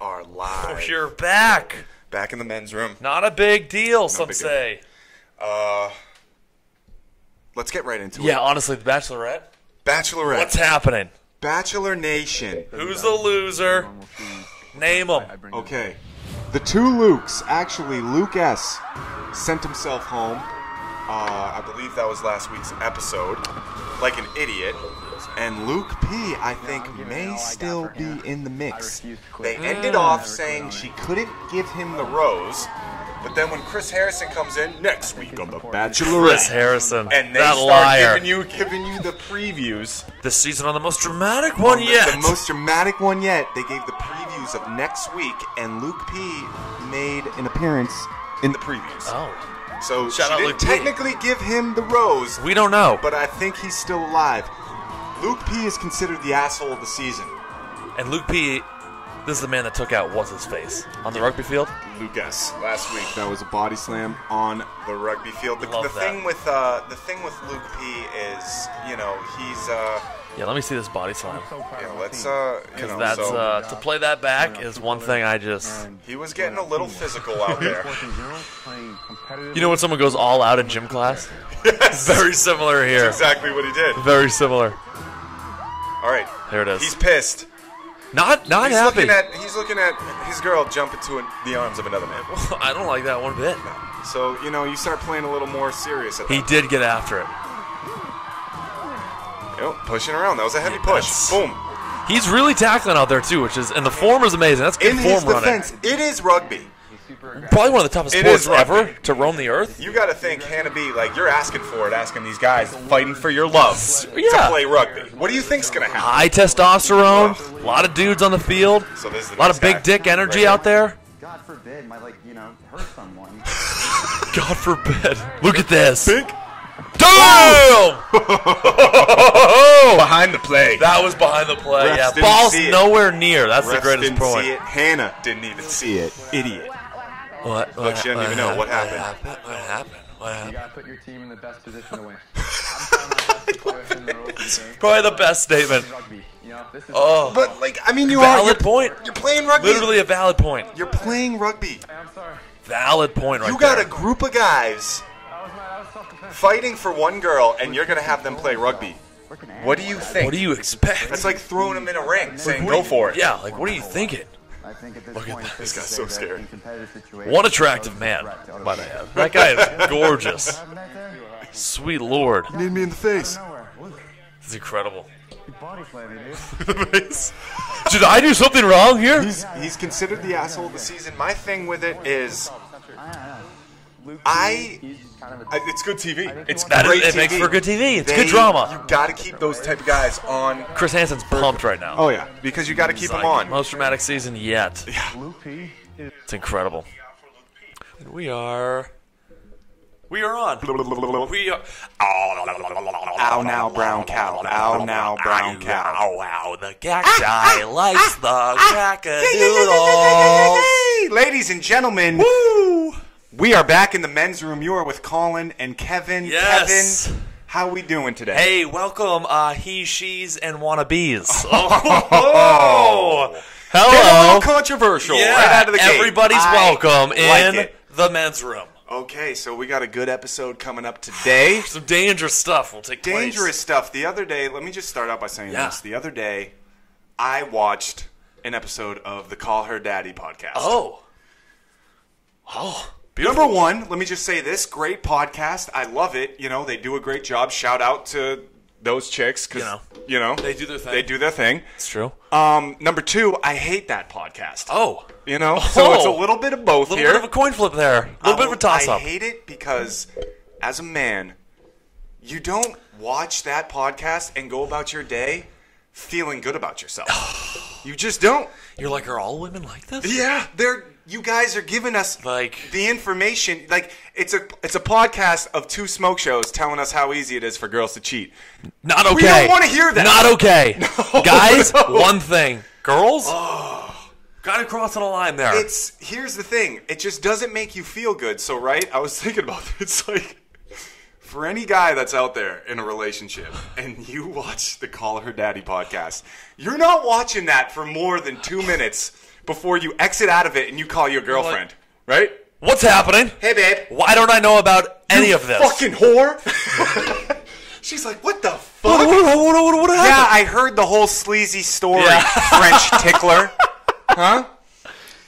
are live. You're back. Back in the men's room. Not a big deal, some big deal. say. Let's get right into Yeah, it. honestly, The Bachelorette. Bachelorette. What's happening? Bachelor Nation. Who's the loser? Name them. Okay. The two Lukes, actually, Luke S. sent himself home. Uh, I believe that was last week's episode. Like an idiot. And Luke P, I think, may still be in the mix. They ended off saying she couldn't give him the rose, but then when Chris Harrison comes in next week on The Chris Bachelorette, Harrison. and they that start liar. giving you giving you the previews this season on the most dramatic one the- yet. The most dramatic one yet. They gave the previews of next week, and Luke P made an appearance in the previews. oh. so Shout she out didn't Luke P. technically give him the rose, We don't know. but I think he's still alive. Luke P is considered the asshole of the season. and Luke P, this is the man that took out what's his face on the rugby field. Lucas last week. That was a body slam on the rugby field. The, Love the that. thing with uh, the thing with Luke P is, you know, he's uh, Yeah, let me see this body slam. you know, let's uh, you know, That's so uh, to play that back is one thing I just. he was getting a little physical out uh, there. You know when someone goes all out in gym class? Very similar here. exactly what he did. Very similar. All right, There it is. He's pissed. Not not he's happy. looking at he's looking at his girl jump into an- the arms of another man. I don't like that one bit. So you know you start playing a little more serious. At He that. did get after it. Yep, pushing around. That was a heavy push. That's- Boom. He's really tackling out there too, which is and the form is amazing. That's good In form his running. defense, it is rugby. Probably one of the toughest It sports is rugby. ever to roam the earth. You got to think Hannah B. Like you're asking for it, asking these guys fighting for your loves Yeah. to play rugby. What do you think's gonna happen? High testosterone, a lot of dudes on the field, So this is the a lot next of big guy. dick energy Right out there. God forbid, my like, you know, hurt someone. God forbid. Look at this. Damn! Behind the play. That was behind the play. Refs yeah, didn't ball's see it. nowhere near. That's the Refs greatest didn't point. see it. Hannah didn't even see it. Idiot. What? What, she didn't even know what happened. happened? What happened? What happened? gotta put your team in the best position to win. I'm trying my best to play within the rules of the game. Probably the best statement. Rugby, you know, this is Oh, But like I mean, you are valid you're, point. you're playing rugby. Literally a valid point. You're playing rugby. I'm sorry. Valid point right You got there. a group of guys That was my that was self-defense. fighting for one girl, and you're gonna have them play rugby. What do you think? What do you expect? That's like throwing them in a ring, saying What do go you- for it. Yeah, like what are you thinking? I think at this Look at point, that. This it's safe guy's to so say that scary. in competitive situations, One attractive those man, are a threat to other might I people. add. That guy is gorgeous. Happened right there? Sweet lord, Need me in the face. Nowhere. Look, it's incredible. you body slammed me, dude. Did I do something wrong here? He's, he's considered the asshole of the season. My thing with it is, I don't know. Luke, I- he's just kind of a I- it's good TV. It's That is- great it TV. makes for good TV. It's They- good drama. You gotta keep those type of guys on. Chris Hansen's pumped right now. Oh yeah, because you gotta keep It's them like on. Most dramatic season yet. Luke P. Is It's incredible. And we are. We are on. We are. Ow now, brown cow. Ow now, brown cow. Ah, Ow, ow. The cacti likes the cackadoodles. Ladies and gentlemen, Woo! we are back in the men's room. You are with Colin and Kevin. Yes. Kevin, how we doing today? Hey, welcome, uh, he, she's, and wannabes. Oh, hello. controversial Yeah, right out of the gate. everybody's I welcome like in it. the men's room. Okay, so we got a good episode coming up today. Some dangerous stuff will take place. Dangerous stuff. The other day, let me just start out by saying Yeah. this. The other day, I watched an episode of the Call Her Daddy podcast. Oh. Oh. Beautiful. Number one, let me just say this great podcast. I love it. You know, they do a great job. Shout out to those chicks because, You know. you know, They do their thing. They do their thing. It's true. Um, number two, I hate that podcast. Oh. You know, so it's a little bit of both A little here. Oh, Um, bit of a coin flip there. A little bit of a toss I up. hate it because, as a man, you don't watch that podcast and go about your day feeling good about yourself. you just don't. You're like, are all women like this? Yeah, they're. You guys are giving us Like- the information. Like it's a it's a podcast of two smoke shows telling us how easy it is for girls to cheat. Not okay. We don't wanna hear that. Not okay. Guys, one thing. Girls? Kind of crossing a line there. Oh. It's here's the thing. It just doesn't make you feel good. So right, I was thinking about it. It's like for any guy that's out there in a relationship and you watch the Call Her Daddy podcast, you're not watching that for more than two minutes before you exit out of it and you call your girlfriend, right? What's happening? Hey, babe. Why don't I know about any You of this? Fucking whore. She's like, what the fuck? What, what, what, what, what, what happened? Yeah, I heard the whole sleazy story, Yeah. French tickler. Huh?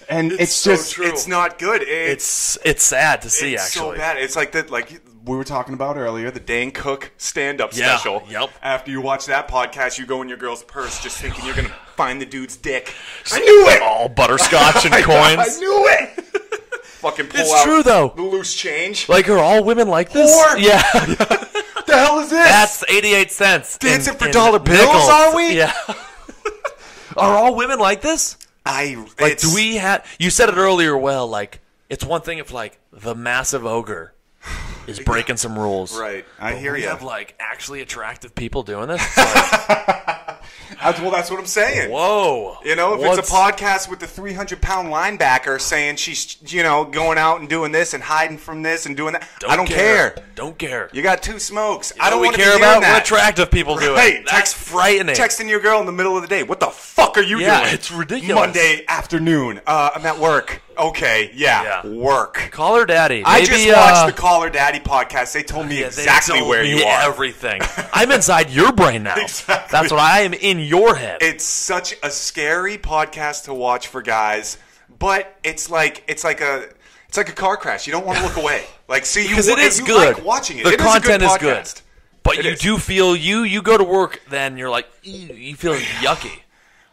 And it's, so just true. it's not good. It's, It's it's sad to see it's actually. so bad. It's like the like we were talking about earlier, the Dane Cook stand up Yeah, special. yep. After you watch that podcast, you go in your girl's purse just thinking you're gonna find the dude's dick. I knew it! All butterscotch and I coins. knew it! Fucking pull It's out true, though. the loose change. Like are all women like this? Whore. Yeah. What the hell is this? That's 88 cents. in- Dancing for in dollar bills, nickels. are we? Yeah. are all women like this? I Like, it's, do we have. You said it earlier well, like, it's one thing if, like, the massive ogre is breaking some rules. Right. I But hear we you. have, like, actually attractive people doing this. Like, well that's what I'm saying. whoa. You know, if it's What's- a podcast with the 300 pound linebacker saying she's, you know, going out and doing this and hiding from this and doing that, I don't care. Don't care. You got two smokes. All I don't we want to care about what that. attractive people do it. Hey, That's text- frightening. Texting your girl in the middle of the day. What the fuck are you Yeah, doing? it's ridiculous. Monday afternoon. Uh, I'm at work. Okay, yeah, Yeah. work. Call her daddy. I Maybe, just uh, watched the Caller Daddy podcast. They told me Yeah, they exactly told where me you are. Everything. I'm inside your brain now. Exactly. That's what I am in your head. it's such a scary podcast to watch for guys, but it's like it's like a it's like a car crash. You don't want to look away. Like see you because it wa- is you good. Like watching it. The It content is, is a good good, podcast. but It you is. do feel you you go to work, then you're like "Ew," you feel yucky,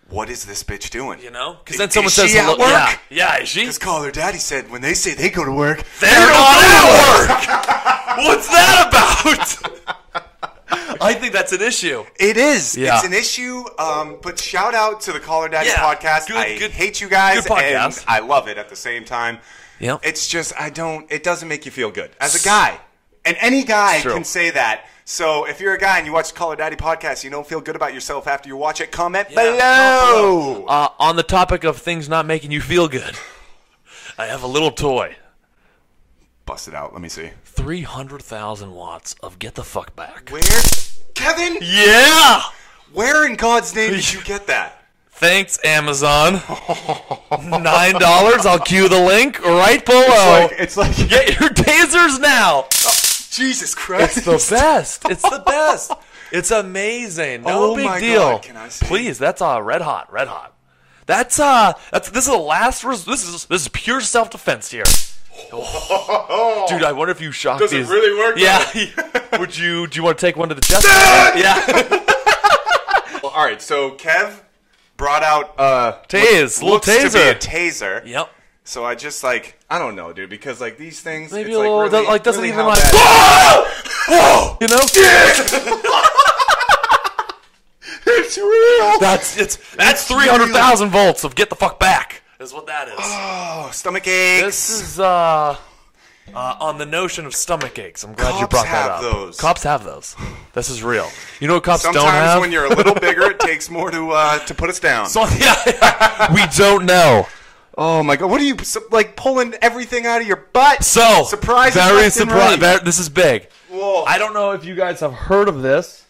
What is this bitch doing? you know? Because Is- then someone is says she at hello. work? Yeah, yeah, is she. This caller daddy said when they say they go to work, They're not at work. What's that about? I think that's an issue. it is. Yeah. It's an issue. Um, but shout out to the caller daddy Yeah. podcast. Good- I good- hate you guys, good podcast. and I love it at the same time. Yep. It's just I don't. It doesn't make you feel good as a guy, and any guy true. can say that. So if you're a guy and you watch the Call Her Daddy podcast, you don't feel good about yourself after you watch it. Comment Yeah, below. Uh, on the topic of things not making you feel good, I have a little toy. Bust it out. Let me see. 300,000 watts of Get the Fuck Back. Where, Kevin? Yeah! Where in God's name did you get that? Thanks, Amazon. Nine dollars. I'll cue the link right below. it's like Get your tasers now. Jesus Christ. It's the best. It's the best. It's amazing. No Oh big my deal. God, can I see? Please, that's uh, red hot, red hot. That's uh, that's this is the last. Res- this is this is pure self defense here. Dude, I wonder if you shocked Oh, Does it these. really work, Yeah. Would you? Do you want to take one to the chest? yeah. Well, all right. So Kev brought out uh Tase, little looks to be taser. a taser. Yep. So I just like I don't know, dude, because like these things, Maybe it's a like, little. really, like doesn't really even how like. bad- Whoa! You know. It's real. That's it's that's three hundred thousand volts of get the fuck back is what that is. Oh, stomach aches. this is uh, uh on the notion of stomach aches. I'm glad you Cops brought that have up. those. Cops have those. This is real. You know what cops don't Sometimes have? when you're a little bigger, it takes more to uh, to put us down. So- yeah, yeah. we don't know. oh my god, what are you so, like pulling everything out of your butt? So surprise! Very surprised. This is big. Whoa. I don't know if you guys have heard of this.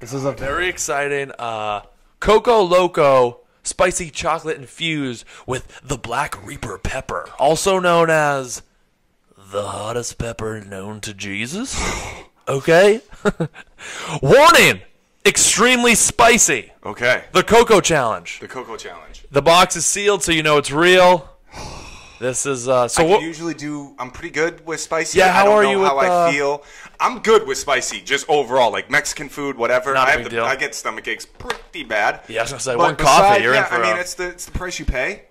This is a very exciting uh, Coco Loco spicy chocolate infused with the Black Reaper pepper, also known as the hottest pepper known to Jesus. Okay? Warning! Extremely spicy. okay, The Coco Challenge. the cocoa challenge. The box is sealed so you know it's real. This is uh so I what usually do. I'm pretty good with spicy. Yeah, how I don't are know you How with, I uh, feel? I'm good with spicy, just overall, like Mexican food, whatever. Not I a have big the, deal. I get stomach aches pretty bad. Yeah, I was gonna say, But one coffee, beside- you're in yeah, for I mean, a- it's the it's the price you pay.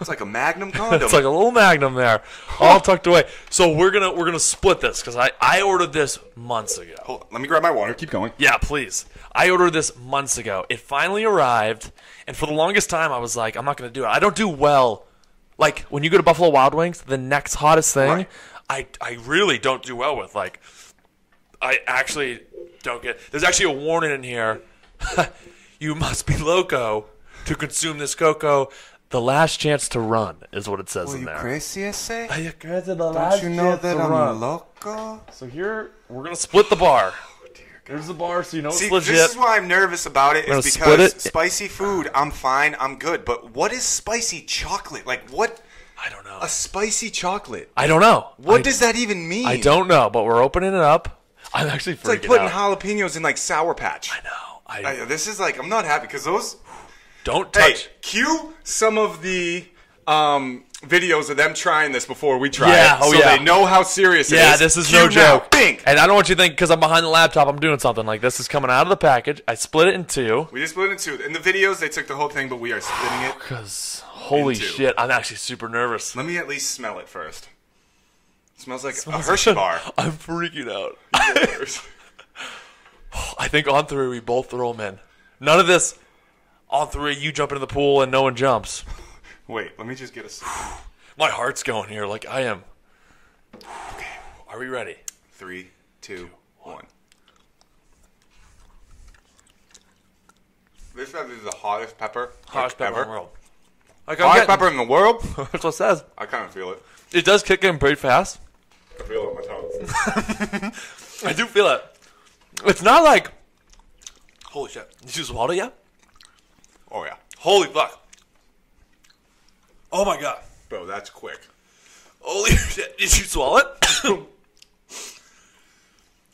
It's like a Magnum condom. It's like a little magnum there, all tucked away. So we're gonna we're gonna split this because I I ordered this months ago. Hold on, let me grab my water. Keep going. Yeah, please. I ordered this months ago. It finally arrived, and for the longest time I was like, I'm not gonna do it. I don't do well. Like when you go to Buffalo Wild Wings, the next hottest thing, Right. I I really don't do well with. Like, I actually don't get. There's actually a warning in here. you must be loco to consume this cocoa. The last chance to run is what it says in there. crazy, I say? Are you crazy? The last chance to run. loco? So here we're gonna split the bar. There's the bar, so you know Oh, See, it's legit. this is why I'm nervous about it. We're Is gonna split because it. spicy food, I'm fine, I'm good. But what is spicy chocolate? Like what? I don't know. A spicy chocolate. I don't know. What I, does that even mean? I don't know, but we're opening it up. I'm actually freaking It's like putting out. jalapenos in like sour patch. I know. I, I- this is like I'm not happy because those. don't Hey, touch. cue some of the um, videos of them trying this before we try Yeah, it, oh so yeah. they know how serious it is. yeah, this is Cue no now. joke. Bink. And I don't want you to think because I'm behind the laptop, I'm doing something like this is coming out of the package. I split it in two We just split it in two. In the videos, they took the whole thing, but we are splitting it. because holy In two. shit, I'm actually super nervous. Let me at least smell it first. It smells like Smells a Hershey good. bar. I'm freaking out. I think on three we both throw them in. None of this on three you jump into the pool and no one jumps. Wait, let me just get a. sip. My heart's going here like I am. Are we ready? Three, two, one. This is the hottest pepper. Hottest like, pepper in ever. the world. Like I'm Hottest getting- pepper in the world? That's what it says. I kind of feel it. It does kick in pretty fast. I feel it on my tongue. I do feel it. It's not like holy shit. Did you just swallow it yet? Oh, yeah. Holy fuck. Oh my god. Bro, that's quick. Holy shit. Did you swallow it?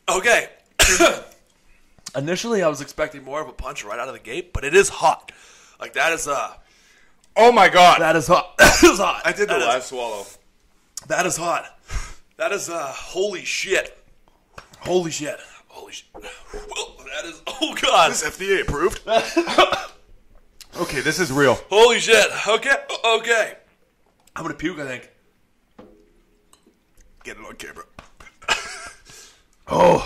okay. Initially, I was expecting more of a punch right out of the gate, but it is hot. Like that is uh Oh, my God. that is hot. that is hot. I did the That is- last swallow. That is hot. That is uh holy shit. Holy shit. Holy shit. Well, that is oh god. FDA approved. okay, this is real. Holy shit. Okay. Okay. I'm gonna puke. I think. Get it on camera. oh.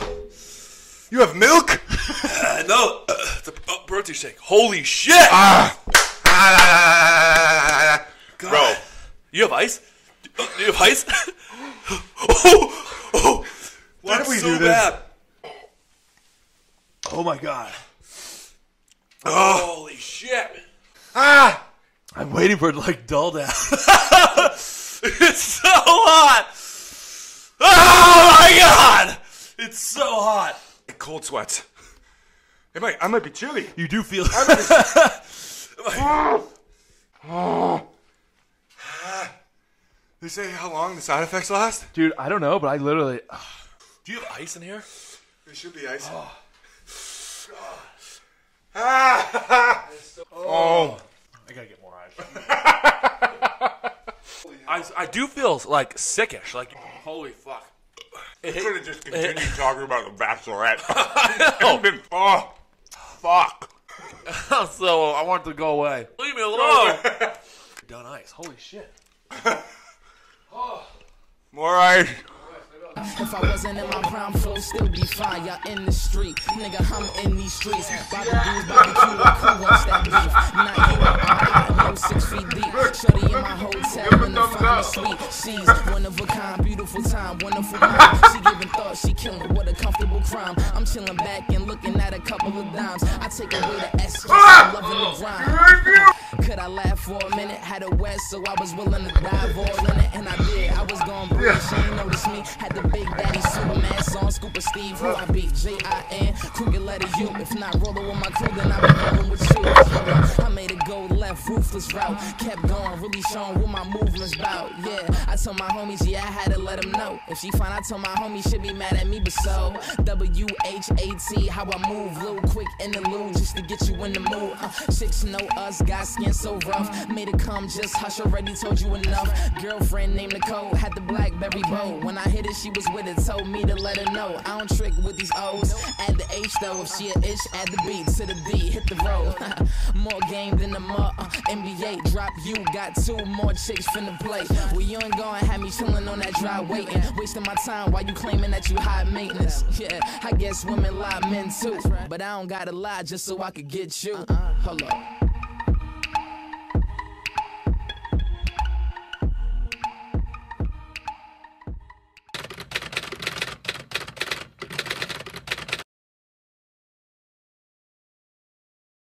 You have milk? Uh, no. it's a oh, protein shake. Holy shit. Ah, God. Bro. You have ice? Do you have ice? oh, oh. Why did we do this? Oh my god. Holy shit. Ah! I'm waiting for it to like dull down. it's so hot. Oh my god. It's so hot. Cold sweats. It might, I might be chilly. You do feel They say how long the side effects last? Dude, I don't know, but I literally Do you have ice in here? It should be ice. Ah! oh. I gotta get more ice. I, I do feel like sickish. Like holy fuck. Could have just continued talking about the Bachelorette. It's been- oh, fuck. so I want it to go away. Leave me alone. Done ice. Holy shit. All right. If I wasn't in my prime flow, still be fine. Y'all in the street, nigga, I'm in these streets. Bobby D's, Bobby Q, and Cool What's that beef? Not you, I got no six feet deep. Shorty in my hotel in the finest suite. She's one of a kind, beautiful time, wonderful mind. She giving thought, she killing. What a comfortable crime. I'm chilling back and looking at a couple of dimes. I take away the essence, I'm loving the grind. Could I laugh for a minute? Had a wet, so I was willing to dive all in it, and I did. I was gone breathe. She ain't noticed me. Had the big daddy Superman song, Scooper Steve, who I beat. J I N, Kruger letter U. If not rolling with my crew, then I be rolling with you. I made it go left, ruthless route. Kept going, really showing what my movement's about. Yeah, I told my homies, yeah, I had to let them know. If she find I told my homie, she'd be mad at me, but so. W H A T, how I move, little quick in the loo, just to get you in the mood. Uh, chicks know us, got skin so rough. Made it come, just hush already, told you enough. Girlfriend named Nicole, had the blackberry bow. When I hit it, she was with it, told me to let her know. I don't trick with these O's. Add the H though, if she a ish, add the B to the D, hit the road. more game than the mug, uh, NBA drop you, got two more chicks finna play. Well, you ain't gonna have me chillin' on that dry waiting. Wasting my time while you claiming that you high maintenance. Yeah, I guess women lie, men too. But I don't gotta lie just so I could get you. Hold up.